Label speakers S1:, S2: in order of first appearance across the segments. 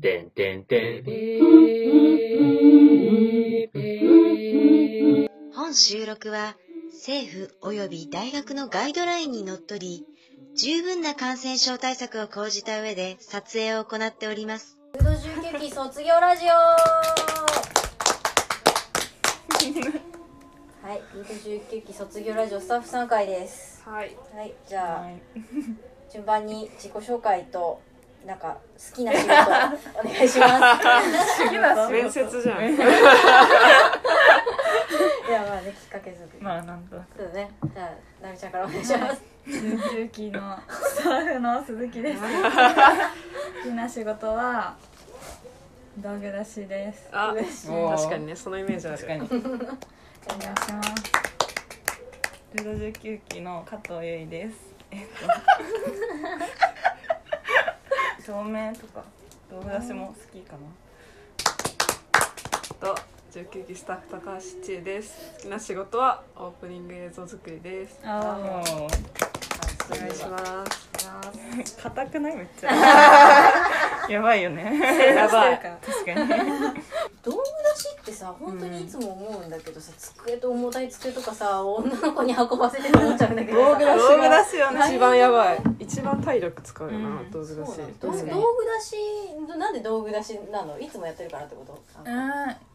S1: てんてんてん。
S2: 本収録は政府及び大学のガイドラインにのっとり、十分な感染症対策を講じた上で撮影を行っております。
S3: フード重慶期卒業ラジオはい、フード重慶期卒業ラジオスタッフさん会です
S4: はい。
S3: はい、じゃあ、
S4: はい
S3: 順番に自己紹介となんか好きな仕事お願いします
S4: 面接じゃ ん。
S3: いやまあね、きっかけ作り、
S5: まあなんとなく
S3: そうだね、じゃあ、なみちゃんからお願いします
S5: 重機のスタッフの鈴木です好きな仕事は道具出しです
S4: あ、
S5: おー
S4: 確かにね、そのイメージある。
S5: にお願いしますルド19期の加藤由衣ですえっと照明とか道具出しも好きかな
S4: と、19期スタッフ高橋千恵です。好きな仕事はオープニング映像作りです。
S5: ああ
S4: お
S5: もう
S4: 願いします。
S5: 硬くないめっち ゃやばいよね
S4: やばい。
S5: 確かに
S3: 道具出しってさ、本当にいつも思うんだけどさ、机と重たい机とかさ、女の子に運ばせてと思っちゃうんだけどさ
S4: 道具出し
S5: 道具出しよね
S4: 一番やばい。一番体力使うよな
S5: う、ん
S4: 道具だし
S3: そうなの。道
S4: う
S3: 具
S4: ん
S3: 道具出しなんで道具出しなのいつもやってるからってこと
S6: うん、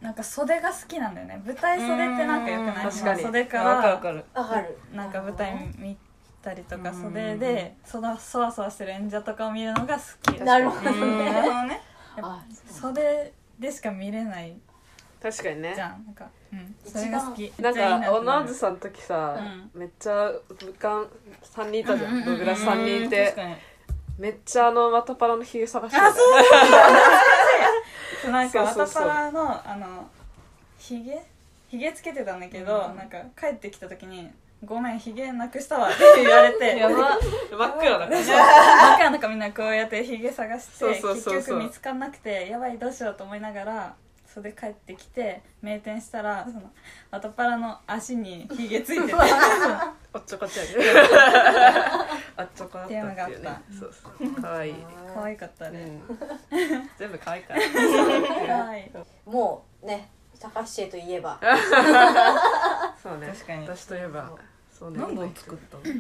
S6: なんか袖が好きなんだよね舞台袖ってなんかよくない
S4: 確かに
S6: まあ袖か
S5: わかる
S6: ら
S5: わかる
S3: あわかる
S6: なんか舞台見たりとか
S5: うん
S6: 袖でそわそわそわしてる演者とかを見るのが好き
S3: なるほど
S5: う
S6: うん
S5: ん
S6: なるほどね
S3: あ
S6: 袖でしか見れない
S4: 確かに
S6: じ
S4: ね。
S6: ゃんなんか、うん、それが好き
S4: なんか、オナーズ
S6: す
S4: さんの時さ、めっちゃ武漢3人いたじゃん。道具出し3人い
S5: 確
S4: て。
S5: かに
S4: めっちゃあの、マタパラのヒゲ探してた。
S6: そうなんか
S4: そうそうそ
S6: ワタ
S4: う
S6: パラのあのひげひげつけてたんだけど、
S4: うん
S6: なんか帰ってきた時に「ごめんひげなくしたわ」って言われて
S5: やば真っ黒だね
S6: 真っ赤なんかみんなこうやってひげ探して
S4: そうそうそうそう
S6: 結局見つかんなくてやばいどうしようと思いながらそれで帰ってきて名店したらそのワタパラの足にひげついて て
S4: おっちょこちょい。あっちょこだった
S6: っていうのがあっ
S4: そうそう。可愛い。
S6: 可愛かったね、
S5: 全部可愛いから
S6: 可愛い
S3: もうね高橋シェといえば
S4: そうね。
S5: 確かに
S4: 私といえば。そうね。
S5: 何本作ったの
S4: で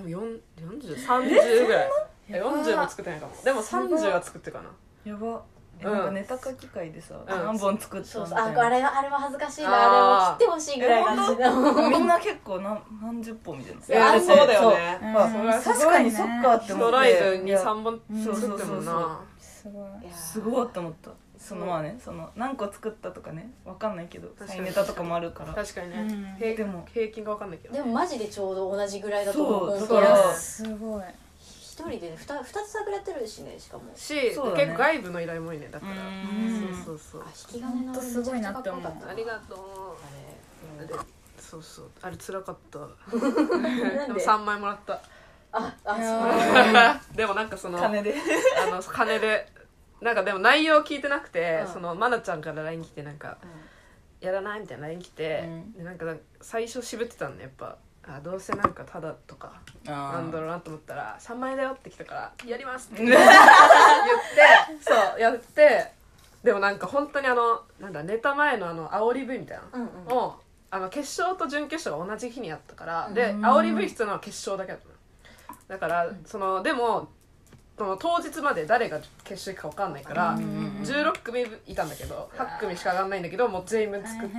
S4: も四四十三十ぐらい。四十も作ってないかも。でも三十は作ってるかな。
S5: やばえ
S4: うん
S5: なんかネタ書き会でさ、
S4: うん
S5: 何本作った
S3: そう
S5: み
S3: そうあ
S5: たい
S3: あ
S5: な
S3: れはあれは恥ずかしい
S4: あー
S3: なあれも切ってほしいぐらい感じだもん
S5: みんな結構何何十本みたいな
S3: あ
S4: やでもそうだよ
S6: う
S4: ね。
S6: ん
S5: あ
S6: す
S5: 確
S6: ご
S5: か
S6: いね
S5: にそっかって
S4: ス
S5: 思っ
S4: ト
S5: て
S4: ライド
S5: い
S4: に
S5: や
S4: 三本
S5: そう
S4: 作
S5: そ
S4: っ
S5: う
S4: て
S5: そう
S4: もん
S5: そう
S4: な。
S6: すごい
S5: すごいって思ったその
S4: そう
S5: まあねその何個作ったとかねわかんないけど
S4: 確かに
S5: 再ネタとかもあるから
S4: 確かに
S6: うん
S4: ね。平
S5: でも
S4: 平均がわかんないけ ど
S3: で。もマジでちょうど同じぐらいだと思う
S5: そ
S3: 本
S5: う
S3: 当に
S5: だから
S6: すごい
S3: 一人でね二二つ作られてるしねしかも
S4: し、結
S5: そうだ
S4: 構
S5: ね
S4: 外部の依頼も多いねだから。
S5: ん
S4: そうそうそう
S3: あ。引き金の
S6: ほんとすごいなって思う
S3: めちゃくちゃか
S4: あ
S3: っこ
S4: り
S3: よか
S4: がと
S3: たあ
S4: う。あれそうそう。あれ辛かった。
S3: れな
S4: で
S3: ん
S4: も
S3: で
S4: 三枚もらった。
S3: ああ
S4: でもなんかその。
S5: 金で
S4: あの金でなんかでも内容聞いてなくて、
S3: うん
S4: その愛菜ちゃんから LINE 来てなんか、やらないみたいな LINE 来て、
S5: うん
S4: でなんか最初渋ってたんねやっぱあどうせなんかただとかなんだろうなと思ったら「3万円だよ」って来たから「やります」って言ってそうやってでもなんか本当にあのなんだネタ前のあの煽り V みたいな
S3: そううんうん
S4: もうあの決勝と準決勝が同じ日にやったから、
S3: うん
S4: で煽り V 必要なのは決勝だけだったのだから、そのでもその当日まで誰が決勝行くか分かんないから、16組いたんだけど8組しか上がんないんだけどもう全員分作って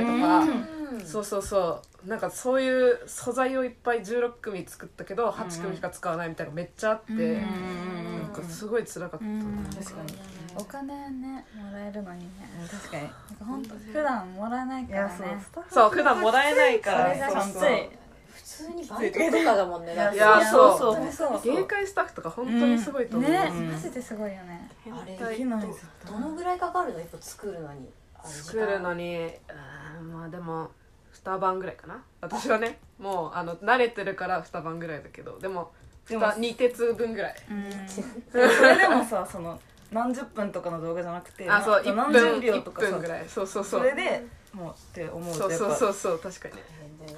S4: とか、
S3: うん
S4: そうそうそうなんかそういう素材をいっぱい16組作ったけど8組しか使わないみたいなのめっちゃあって、
S3: ん
S4: なんかすごい辛かった、
S6: うん
S5: 確かに
S6: お金ねもらえるのにね
S5: 確かに
S6: なんか本当普段もらえない
S5: い
S6: から
S5: や
S6: ね
S5: そうスタッフ
S4: そう普段もらえないか
S5: そ
S4: ら
S5: れ
S4: そう
S5: が
S6: きつ
S4: そう
S6: い
S3: 普通にバイトとかだもんねだっ
S4: い
S3: て
S4: やそう
S5: そうそう
S6: そう
S4: 芸会スタッフとか本当にすごいと思う、
S6: ね、
S5: うん
S6: マジですごいよね
S3: あれ
S5: できないぞ
S3: どどのぐらいかかるのやっぱ作るのにあれ時間
S4: 作るのにうーんまあでも2晩ぐらいかな私はねもうあの慣れてるから2晩ぐらいだけどでも
S5: でも
S4: 2鉄分ぐらい
S5: それでもさその何十分とかの動画じゃなくて
S4: あそう
S5: な
S4: 1
S5: んか何
S4: 分
S5: 十秒
S4: 一
S5: とかさ
S4: 分ぐらいそうそうそ
S5: そうれでもうって思う
S4: そ
S5: と
S4: う
S5: やっ
S4: そう
S5: ぱ
S4: そうそう確かに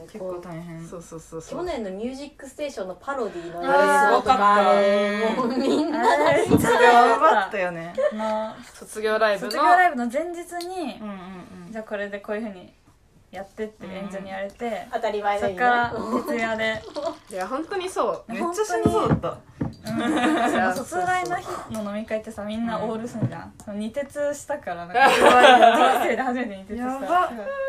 S5: 結構大変
S4: そうそうそうそ
S3: 去
S4: う
S3: 年の「ミュージックステーション」のパロディの
S4: あれすご
S3: とか
S4: かった
S3: もうみんな
S5: めっちゃ
S6: や
S5: 頑張
S6: ば
S5: っ
S6: ったた
S5: よね
S6: の
S4: 卒業ライブの
S6: 卒業ライブの前日に
S5: うんうんうん
S6: じゃあこれでこういうふうにやってって演者に言われて
S3: 当たり前
S6: そ
S3: だよ
S6: っ
S3: ね
S6: から徹 夜で
S4: いや本当にそう
S5: めっちゃ死にそうだった
S4: いや
S6: 卒ライの日の飲み会ってさみんなオールすんじゃんその二徹したからなん か人生で初めて二徹した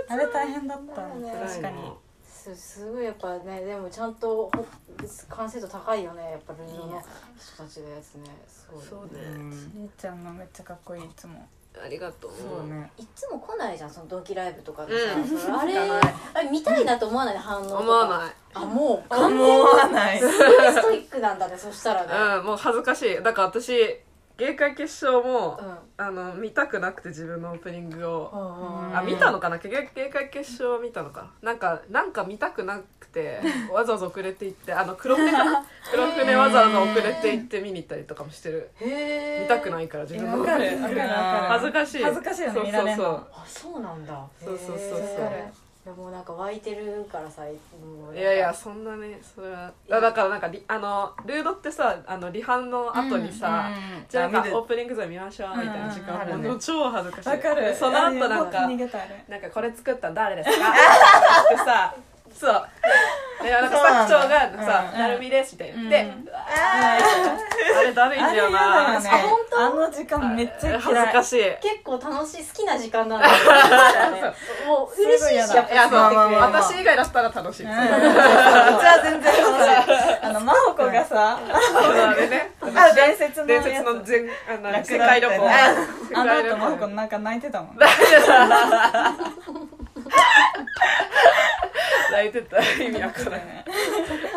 S6: あれ大変だった確かに
S3: すすごいやっぱねでもちゃんとほ完成度高いよねやっぱルイのの人たちのやつねすごい
S4: そう
S5: う
S4: ね
S5: ん
S6: りえちゃんのめっちゃかっこいいいつも
S4: ありがとう
S5: そうね
S3: いつも来ないじゃんその同期ライブとかで
S4: うん
S3: さ、それあれ
S4: 行かない
S3: あれ見たいなと思わない反応とか
S4: 思わない
S3: あもう完全に
S5: 思わない
S3: すごいストイックなんだねそしたらね
S4: うん、もう恥ずかしいだから私芸会決勝も、
S3: うん
S4: あの見たくなくて自分のオープニング
S3: う
S4: を、
S3: んうん
S4: あ見たのかな芸芸会決勝は見たのかなんかなんか見たくなくて わざわざ遅れて行ってあの黒船かな黒船わざわざ遅れて行って見に行ったりとかもしてる
S3: へえ
S4: 見たくないいから自
S6: え
S4: 分
S6: わ
S4: の
S6: かるわかるわか
S4: 恥ず
S6: る
S4: かしい
S6: 恥ずかしいよね
S4: そう
S6: 見
S4: そ
S6: ら
S4: う
S6: れん
S4: そ
S6: の
S4: う
S3: あそうなんだ
S4: そうそうそうそう
S3: へーいやもうなんか湧いてるからさもう
S4: いやいやそんなねそれはあだからなんかリあのルードってさあのリハの後にさ、じゃあなんかオープニング図見ましょうみたいな時間
S5: うんうんあるね
S4: もう超恥ずかしい
S6: わかる
S4: その後なんか
S6: 逃げたあれ
S4: なんかこれ作ったの誰ですか ってさそういやなんか作長がさ「
S5: うん
S4: なるみです」みたいな言って
S6: うん
S4: うわーあれだるいんだよな
S5: あれ嫌だよね
S6: あ
S5: あ
S6: 本当あの時間めっちゃ嫌い
S4: 恥ずかしい
S3: 結構楽しい好きな時間 なんだよねもう嬉しいしやっぱ
S4: いやそう
S5: まあまあまあまあ
S4: 私以外だったら楽しいそう
S5: うちは全然
S6: あの真帆子がさ
S4: あれね
S6: あ伝説の
S4: 伝
S6: やつ
S4: 説の全あの
S5: 楽だったね
S4: 世界旅行
S5: あ
S4: 世
S6: あの
S4: 界旅
S6: 後真帆子
S4: 行
S6: なんか泣いてたもん
S4: 泣いてた意味わからない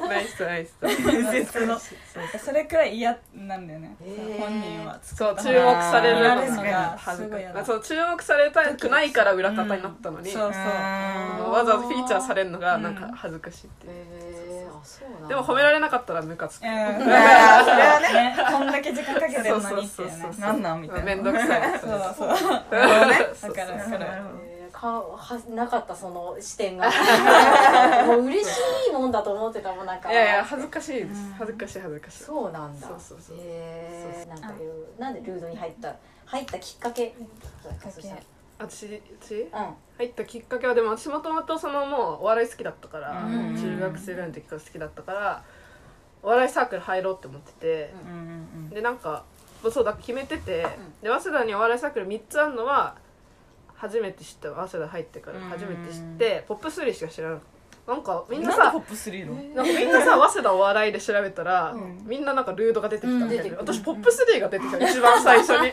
S4: ナイスナイス
S5: 伝説の
S6: それくらい嫌なんだよね、
S3: へー
S6: 本人は
S4: そう注目される
S5: あー
S4: の
S5: 見られるの
S4: が
S6: が
S4: 恥ず
S6: すご
S4: か
S6: い
S4: しい
S6: 嫌だ
S4: あそう注目されたくないから裏方になったのに
S6: そうそう
S4: もうわざわざフィーチャーされるのがなんか恥ずかしいっていう
S3: へーあそうなんだ
S4: でも褒められなかったらムカつく
S6: うん、
S4: 面
S6: それ
S5: は
S6: ね、こんだけ時間かけてるのにっていうね。
S4: そうそうそう
S5: なんなんみたいな
S4: めんどくさい
S6: そうそう。
S4: そう
S6: だから、それ。
S3: えーかはなかったその視点 がもう嬉しいもんだと思ってたもんなんか
S4: いやいや恥ずかしいです恥ずかしい恥ずかしい
S3: そうなんだ
S4: そうそうそう
S3: へえ
S4: そう
S3: なんかいうなんでルードに入った入ったきっかけそしたら
S4: 私私
S3: うん
S4: 入ったきっかけはでも私もともとそのもうお笑い好きだったから
S5: うん
S4: 中学生ぐらいの時から好きだったからお笑いサークル入ろうって思ってて
S3: うん
S4: でなんかもうそうだ決めてて、で早稲田にお笑いサークル3つあるのは初めて知った早稲田入ってから初めて知って、ポップ3しか知らなかったなんかみんな
S5: なんで
S4: さ
S5: ポップ3の
S4: なんかみんなさ早稲田お笑いで調べたら、
S3: うん
S4: みんななんかルードが出てきたみたいな、
S3: うん
S4: 私ポップ3が出てきた一番最初に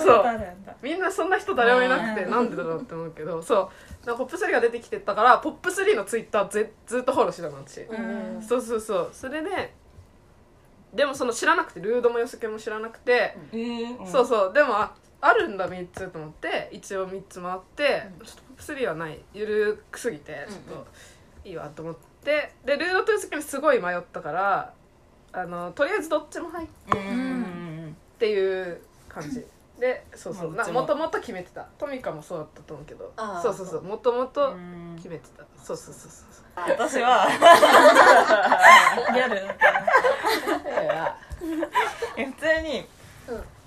S4: そうみんなそんな人誰もいなくて
S6: うん
S4: なんでだろうって思うけどそうなんかポップ3が出てきてたからポップ3のツイッターぜずっとフォローしてたの私、
S3: うん
S4: そうそうそうそれででもその知らなくてルードも寄せ系も知らなくて、そうそうでもああるんだ3つと思って一応3つ回って、ちょっとポップ3はないゆるくすぎてちょっといいわと思ってでルードと寄せ系にすごい迷ったからあのとりあえずどっちも入っ
S5: うん
S4: ていう感 じでそうそう
S5: ま
S4: な
S5: あどっちも
S4: もともと決めてたトミカもそうだったと思うけど
S3: あー
S4: そうそうそうもともと決めてたそうそうそうそうそう
S5: 私は
S6: ギャル。
S4: いや
S5: いや普通に、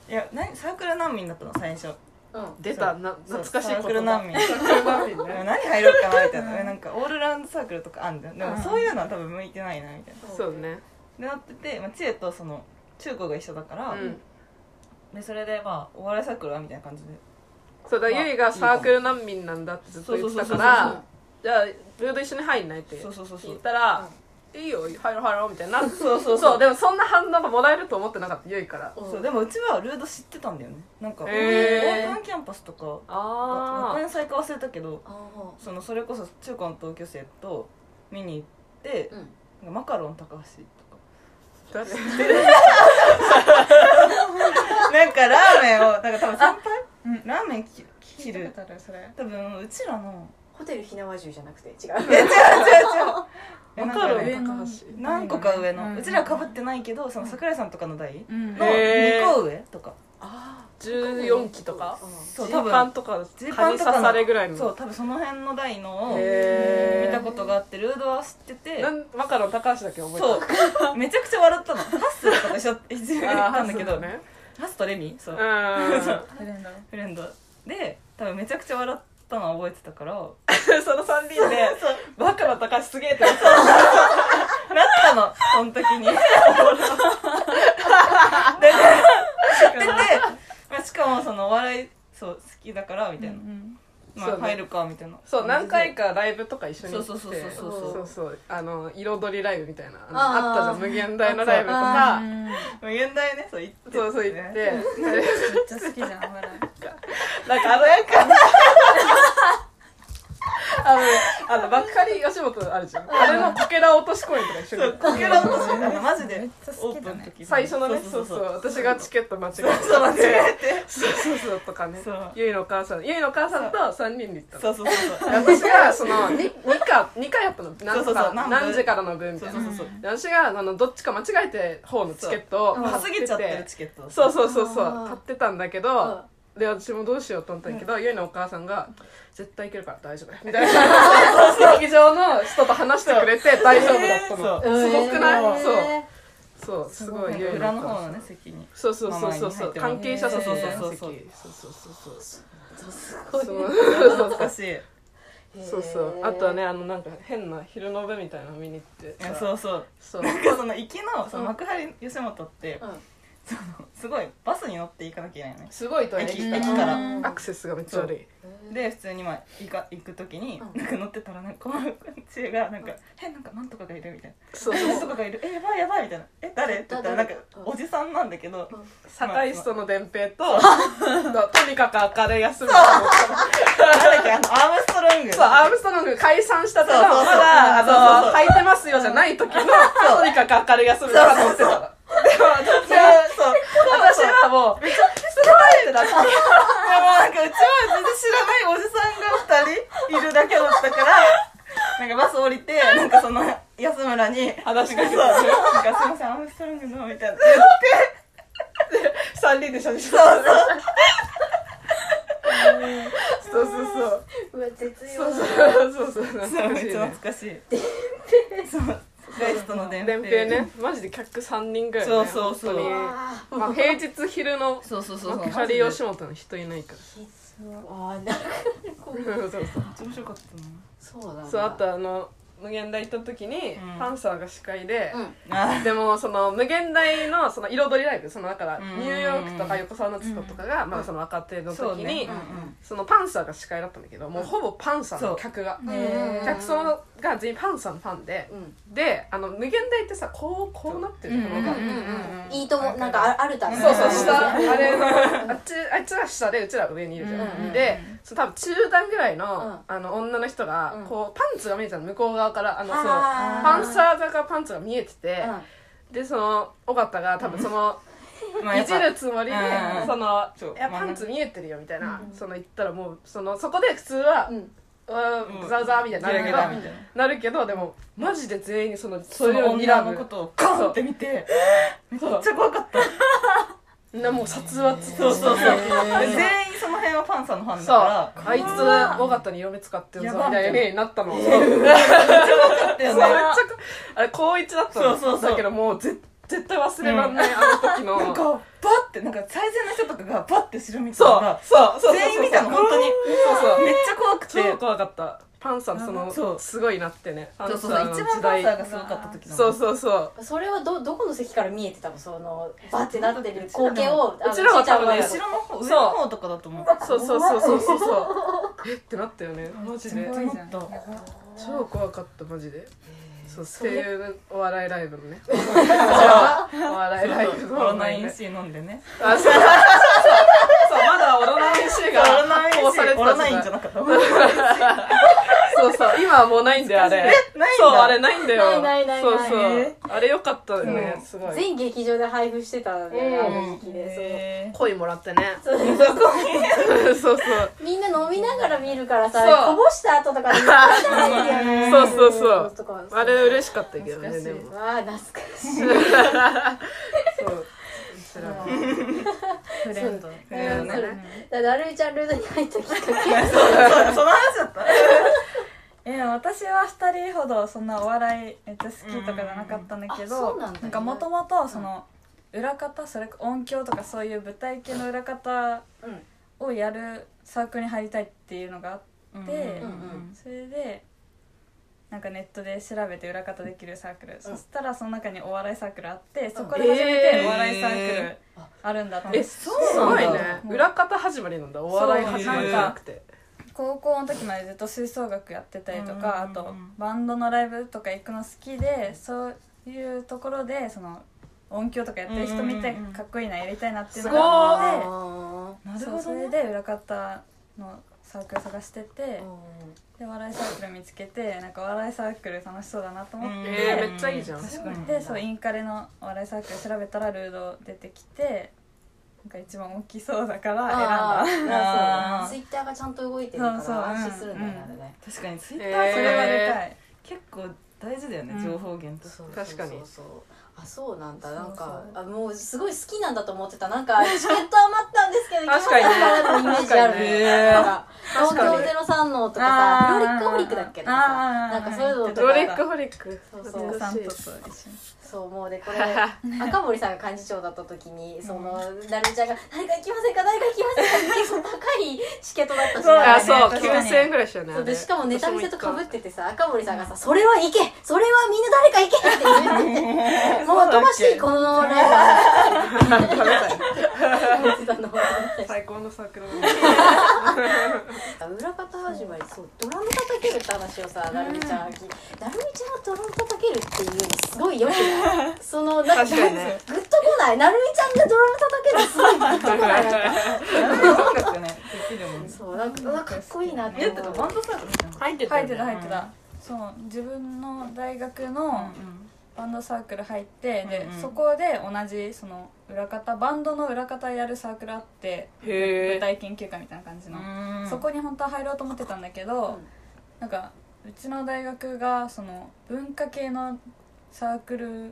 S5: いや何サークル難民だったの最初
S3: うん
S4: 出た
S5: そう
S4: な
S5: そう
S4: 懐かしい
S5: サ
S4: こと
S5: ークル難民
S4: サークル難民ね
S5: 何入ろうかなみたいななんかオールラウンドサークルとかあんだよでもそういうのは多分向いてないなみたいな
S4: そうね
S5: でなってて、まあ、知恵とその中高が一緒だから、
S4: うん
S5: でそれでまあお笑いサークルはみたいな感じで
S4: そうだゆいがサークル難民なんだってずっと言ってたか
S5: そうそうそうそ
S4: ら
S5: う
S4: じゃあルード一緒に入んないって
S5: そうそうそうそう
S4: 聞いたら「いいよ入ろう入ろう」みたいになって
S5: そうそう
S4: そう
S5: で
S4: でもそんな反応がもらえると思ってなかったゆいから
S5: そうでもうちはルード知ってたんだよねなんか、
S4: へー
S5: オープンキャンパスとか学
S4: あ
S5: 園祭か忘れたけど
S3: ああ
S5: そのそれこそ中高の同級生と見に行って、
S3: うん
S5: なんかマカロン高橋とか
S4: あ誰
S5: なんかラーメンをなんか多分先輩、
S6: うん
S5: ラーメンき切る
S6: ある、それ。
S5: 多分うちらの
S3: ホテルひなわじゅうじゃなくて違う
S5: え違う違う違うえ
S4: マ
S5: なん
S4: カ
S5: か
S4: ロン
S5: ね
S4: 高橋
S5: 何個か上の、
S6: うん
S5: うちらかぶってないけどその桜井さんとかの代
S6: うん。
S5: の
S4: へー
S5: 2個上とか
S4: あ14期とか
S5: そう
S4: ジ
S5: 多
S4: ーパ
S5: 分
S4: ンとか
S5: ジーパ
S4: 蚊
S5: ン
S4: に
S5: とか
S4: 刺
S5: の
S4: されぐらいの
S5: そう多分その辺の台のを
S4: へー
S5: 見たことがあってルードは知ってて
S4: なんマカロン高橋だけ覚えて
S5: そ うめちゃくちゃ笑ったのハッスルとかでしょ一緒に
S4: る
S5: 行
S4: あ ー
S5: ったんだけど
S4: そう
S5: ハ
S4: ね
S5: ッスとレミそううん
S6: フレンド
S5: フレンドで多分めちゃくちゃ笑ったのは覚えてたからなっ
S4: その3人でマカロン高橋すげえって思って
S5: たのその時 にででまあしかもそのお笑いそう好きだからみたいな、
S6: うん
S5: ま
S4: そ
S5: あ
S4: うね
S5: 入るかみたいな
S4: そう何回かライブとか一緒に行って
S5: そうそうそうそう
S3: そう
S4: そうそうあの彩りライブみたいなあの
S3: あー
S4: あったじゃん無限大のライブとか
S6: めっ
S5: 現代ねそう行って
S4: そうそう行っ
S5: ね
S4: て
S6: ちゃ好きじゃんお笑い
S4: なんかあのやかあのあのばっかり吉本あるじゃんあれのこけら落とし公演とか一緒に行った
S5: こけら落としあのマジ
S6: め
S5: で
S6: っちゃ好
S5: オー
S6: き
S5: プ
S6: だ
S5: ンの
S6: ね
S5: 時
S4: 最初のね
S5: そ
S4: そうう
S5: そ
S4: そうう
S5: そう
S4: 私がチケット間違えて
S5: そう間違えて
S4: そうそうそうとかね
S5: そう
S4: ゆいのお母さんゆいのお母さんと3人で行ったの
S5: そうそうそうそう
S4: 私がその 2, 課二課やったの
S5: そう
S4: 何
S5: そうそう
S4: か何時からの分み
S5: そ
S4: た
S5: う
S4: い
S5: そう
S4: な
S5: そうそう
S4: 私があのどっちか間違えて方のチケットを買
S5: 過ぎちゃってるチケット
S4: そうそうそうそう
S3: あー
S4: 買ってたんだけどで私もどうしようと思ったんだけどゆいのお母さんが「絶対いけるから大丈夫だよ」みたいな劇場の人と話してくれて大丈夫だったのす
S5: そ
S4: ごくない
S3: えー
S4: そうそうすごいゆい
S5: 裏の
S4: のお母
S5: 方
S4: さん
S5: のね席に
S4: そうそうそうそうそう
S5: まあまあ
S4: 関係者席
S5: そうそう
S4: そ
S5: そうう
S4: そ
S5: そうう
S4: そうそうそう
S3: ごい
S4: そう
S5: 懐かしい
S4: そうそうあとはねあのなんか変な昼の部みたいなの見に行って
S5: いやそうそう
S4: そう
S5: なんかその行きのその幕張吉本って
S3: うん
S5: すごいバスに乗って行かなきゃいけないのね
S4: すごい遠い
S5: 駅
S4: 駅
S5: 駅から
S4: アクセスがめっちゃ悪い
S5: で普通にまあ行か行く時に
S3: うん
S5: なんか乗ってたらなんかこの中がなんか「えなんかなんとかがいる」みたいな
S4: そう
S5: 「なん
S4: そ
S5: と
S4: う
S5: かがいるえやばいやばい」みたいな「え誰?」って言ったらなんか
S3: うん
S5: おじさんなんだけど
S4: 堺市との伝平ととにかく明るい休みを持って
S5: なんだっけあのアームストロング
S4: そう、アームストロング解散したとの、ま
S5: そうそうそう
S4: だ、あ
S5: そう
S4: の、
S5: そう
S4: 履いてますよじゃない時の、とにかく明るい休みだと思ってたの。でも、私は、
S5: そう
S4: 私はもう、めっちゃ、すごいってなって、
S5: いやもうなんかうちは全然知らないおじさんが2人いるだけだったからなんかバス降りてなんかその安村に
S4: 話しかけて
S5: そうなんかすいませんアームストロングのみたいな言って
S4: 3人で写真撮ってそうそうそう。
S3: うわ絶妙
S4: そうそうそう。そうそう。
S5: そう
S4: 懐かしい
S5: めっちゃ
S4: ね。
S5: 懐かしいそうライストの伝
S4: 伝平ね、マジで客3人ぐらいね。
S5: そうそうそう
S4: 本
S3: あ
S4: 当にまあ、平日昼の、
S5: そうそうそうそう
S4: まあ、カリ吉本の人いないから。
S3: あなんかこう
S4: そうそう。
S5: めっちゃ面白かった
S3: そうなんだ
S4: そう、あとあの、無限大行った時に、
S5: うん
S4: パンサーが司会で、
S3: うん
S5: なあ
S4: でもその無限大のその彩りライブそのだから
S5: う
S4: ニ
S5: ん
S4: ューヨークとか横澤夏子とかがまだその若手の
S5: そう
S4: 時に
S5: ね
S4: そのパンサーが司会だったんだけどもうほぼパンサーの客が
S3: うん
S5: ね
S4: 客層が全員パンサーのファンで
S3: うん
S4: であの無限大ってさこうこうなってるところが
S3: うんうん
S5: う
S3: うんんいいともなんかああるたね
S4: そうそう
S5: うん
S4: 下あれのあっちあいつら下でうちらが上にいるじゃ
S3: うん
S4: んでその多分中段ぐらいの
S3: う
S4: あの女の人が
S3: うん
S4: こうパンツが見えちゃうの向こう側からあのそう
S3: あー
S4: パンサー坂パンツが見えてて
S3: うん
S4: でその尾形が多分そ の
S5: まあや
S4: い
S5: っ
S4: じ
S5: ぱ
S4: るつもりで
S5: うん
S4: その
S5: そう
S4: いや
S5: まあ
S4: パンツ見えてるよみたいなその言ったらもうそのそこで普通は
S3: うん
S4: うわ
S5: うん
S4: グザウザーみたいになる
S5: ゲ
S4: け
S5: ラゲラみた
S4: ど
S5: いな
S4: なるけどでもマジで全員その
S5: そ
S4: それ
S5: の
S4: を睨
S5: 女
S4: む
S5: のことをカンって見てめっちゃ怖かった
S4: みんなもう殺伐
S5: そ
S4: と
S5: う
S4: して
S5: そうそう全員その辺はパンサーのファンだ
S4: そう
S5: から
S4: あいつ尾形に色目使ってるぞみたいなになったのそうそうめっち
S5: だ
S4: ゃ
S5: よ
S4: こ
S5: ね
S4: あれ高一だったの
S5: そうそうそう
S4: だけどもうぜ絶対忘れらんないあの時
S5: なんか
S4: の
S5: バッてなんか最善の人とかがバッて後ろ見た
S4: そう
S5: ら
S4: そうそうそうそう
S5: 全員見たの本当に
S4: そうそう
S5: めっちゃ怖くて
S4: 超怖かったパンサーのそ
S5: そ
S4: の
S5: う
S4: すごいなってねパン
S5: そう
S4: サ
S5: そ
S4: ー
S5: うそう
S4: の
S5: 一
S4: 時
S5: 番パンサー
S4: 代
S5: がすごかった時なの
S4: そうそうそう
S3: それはどどこの席から見えてたのそのバッてなってる光景を
S4: うちらは多分ね
S5: 後ろの方
S4: そう
S5: 上の方とかだと思う
S4: そうそうそうそうそうそうえってなったよねマジで
S5: 怖いじゃん
S6: 怖いじ
S4: 超怖かったマジでそう声優のお笑いライブのねこちらはお笑いライブの
S5: オロナイン
S4: あ
S5: C 飲んでね
S4: そうそうまだオロナイン C が
S5: オロナイン
S4: 発行
S5: C
S4: されて
S5: オ
S4: た
S5: ロ
S4: 時
S5: ナイン
S4: 代
S5: じゃなかった
S4: そうそう今はもうないんだよあれ
S5: えないんだ
S4: そうあれないんだよ
S3: ないないないない
S4: そうそう
S5: え
S4: あれよかったよね
S5: うん
S4: すごい
S3: 全劇場で配布してたんだよねあ
S4: うん
S3: の時期で
S5: へ
S4: 恋もらってね
S3: そうそう
S4: そうそう
S3: みんな飲みながら見るからさ
S4: そう
S3: こぼした後とかに見たいんだよね
S4: そうそうそう
S3: とか
S4: あれ嬉しかったけどね
S5: 懐
S4: で
S5: かしい
S4: も
S3: わあ懐かしい
S4: そう
S6: フレンド
S3: フレンド
S5: えだよ
S3: それ
S5: ね。
S3: だからるいちゃんルードに入ったきっか
S5: そうそうその話だった。
S6: え私は2人ほどそんなお笑いめっちゃ好きとかじゃなかったんだけ
S3: うんあそ
S6: ど
S3: うなんだ
S6: なんかもともとその裏方それ音響とかそういう舞台系の裏方
S3: けうん
S6: をやるサークルに入りたいっていうのがあって
S5: で
S3: うん
S6: それでなんかネットで調べて裏方できるサークル、そしたらその中にお笑いサークルあってそこで初め
S4: え
S6: て
S4: ー
S6: お笑いサークルあるんだと思って、
S4: えそうなんだすごいね裏方始まりなんだお笑い始まりじゃなくて
S6: 高校の時までずっと吹奏楽やってたりとか、
S5: うんうんうん
S6: あとバンドのライブとか行くの好きでそういうところでその音響とかやってる人見て
S5: うんうんうん
S6: かっこいいなやりたいなっていうのがあって
S3: あ
S6: なるほど、そうそれで裏方のサークル探してて
S3: ー
S6: で笑いサークル見つけてなんか笑いサークル楽しそうだなと思って。
S4: えーめっちゃいいじゃん
S5: 確かに。
S6: でそうインカレのお笑いサークル調べたらルード出てきてなんか一番大きそうだから選んだ
S3: あーそうだ
S5: あー
S3: ツイッターがちゃんと動いてるから
S6: そうそううん
S3: 安心するんだよねあれね
S5: 確かにツイッタ
S4: え
S5: ー
S4: ー
S5: そ
S6: そ
S5: れ
S6: れ
S5: は
S6: は
S5: ね
S6: でかい、
S5: 結構大事だよね
S6: うん
S5: 情報源として。
S3: そう
S4: 確かに
S3: そうそうあそうなんだなんか
S6: そ
S3: あ
S6: う
S3: もうすごい好きなんだと思ってたなんかチケット余ったんですけど
S4: 確かにね
S3: 行きますかってイメージあるな
S4: 確かにね
S3: んか
S4: 確かに
S3: 東京ゼロ三のとかさロ
S6: あー
S3: リックホリックだっけなんかさな
S6: あー
S3: んかそういうのと
S4: ロ
S3: か
S4: リックホリック
S3: そうそう
S6: お父さんとと
S4: 懐かしい
S6: 一緒に
S3: そうもうでこれ赤森さんが幹事長だった時にそのなるみちゃんが「誰か行きませんか誰か行きませんか」って結構高いチケットだったし
S6: そう
S4: あ
S3: な
S6: だね
S4: そう
S6: 確かに
S4: 9000円ぐらいしたよね
S3: そう
S4: あれ
S3: でしかもネタ見せとかぶ
S4: 私も行
S3: っ
S4: って
S3: てさ赤森さんがさ「それは行けそれはみんな誰か行け!」って言っててもう飛ばしていいこのライブは思ってたの
S4: た最高のサークルだね
S3: 裏方始まりそうドラム叩けるって話をさなるみちゃんが聞いてなるみちゃんはドラム叩けるっていうのすごいよくないそのなんか
S4: 確かにね
S3: グッとこないなるみちゃんがドラム叩けるのすごいグッとこないなんか
S5: 音楽ねできるもんね。
S3: そうなんかうわかっこいいなっ
S5: え
S3: て
S5: だって
S3: 思う
S5: バンドサークルじゃん。
S4: 入ってた
S6: 入
S4: よ
S6: って
S4: ね
S6: た入ってたそう自分の大学のバンドサークル入って、で
S5: うんうん
S6: そこで同じその裏方バンドの裏方やるサークルあって
S4: へー
S6: 舞台研究会みたいな感じの、
S5: うん
S6: そこに本当は入ろうと思ってたんだけど、
S3: ん
S6: なんかうちの大学がその文化系のサークル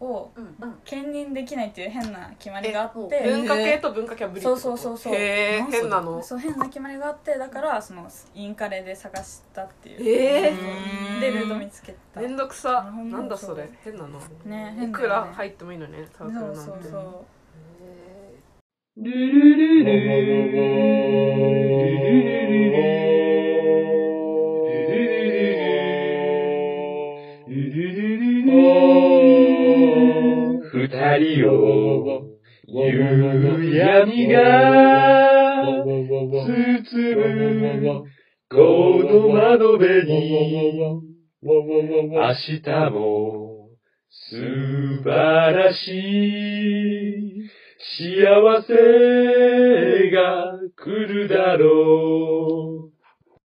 S6: を
S3: うんうん
S6: 兼任できないっていう変な決まりがあ
S3: えお
S6: って、
S4: 文化系と文化系はブリッジ
S6: そうそうそうそう
S4: へー変なの
S6: そう変な決まりがあってだからそのインカレで探したっていう
S4: ええ
S6: でルート見つけた
S4: めん
S6: ね
S4: どくさ
S6: なるほど
S4: なんだそれ変なの
S6: 変
S4: いくら入ってもいいのねサ
S6: そ
S4: ー
S6: う
S4: クルな
S6: そ
S4: ん
S6: う
S4: て
S6: そ
S1: もう二人を夕闇が包むこの窓辺に明日も素晴らしい幸せが来るだろう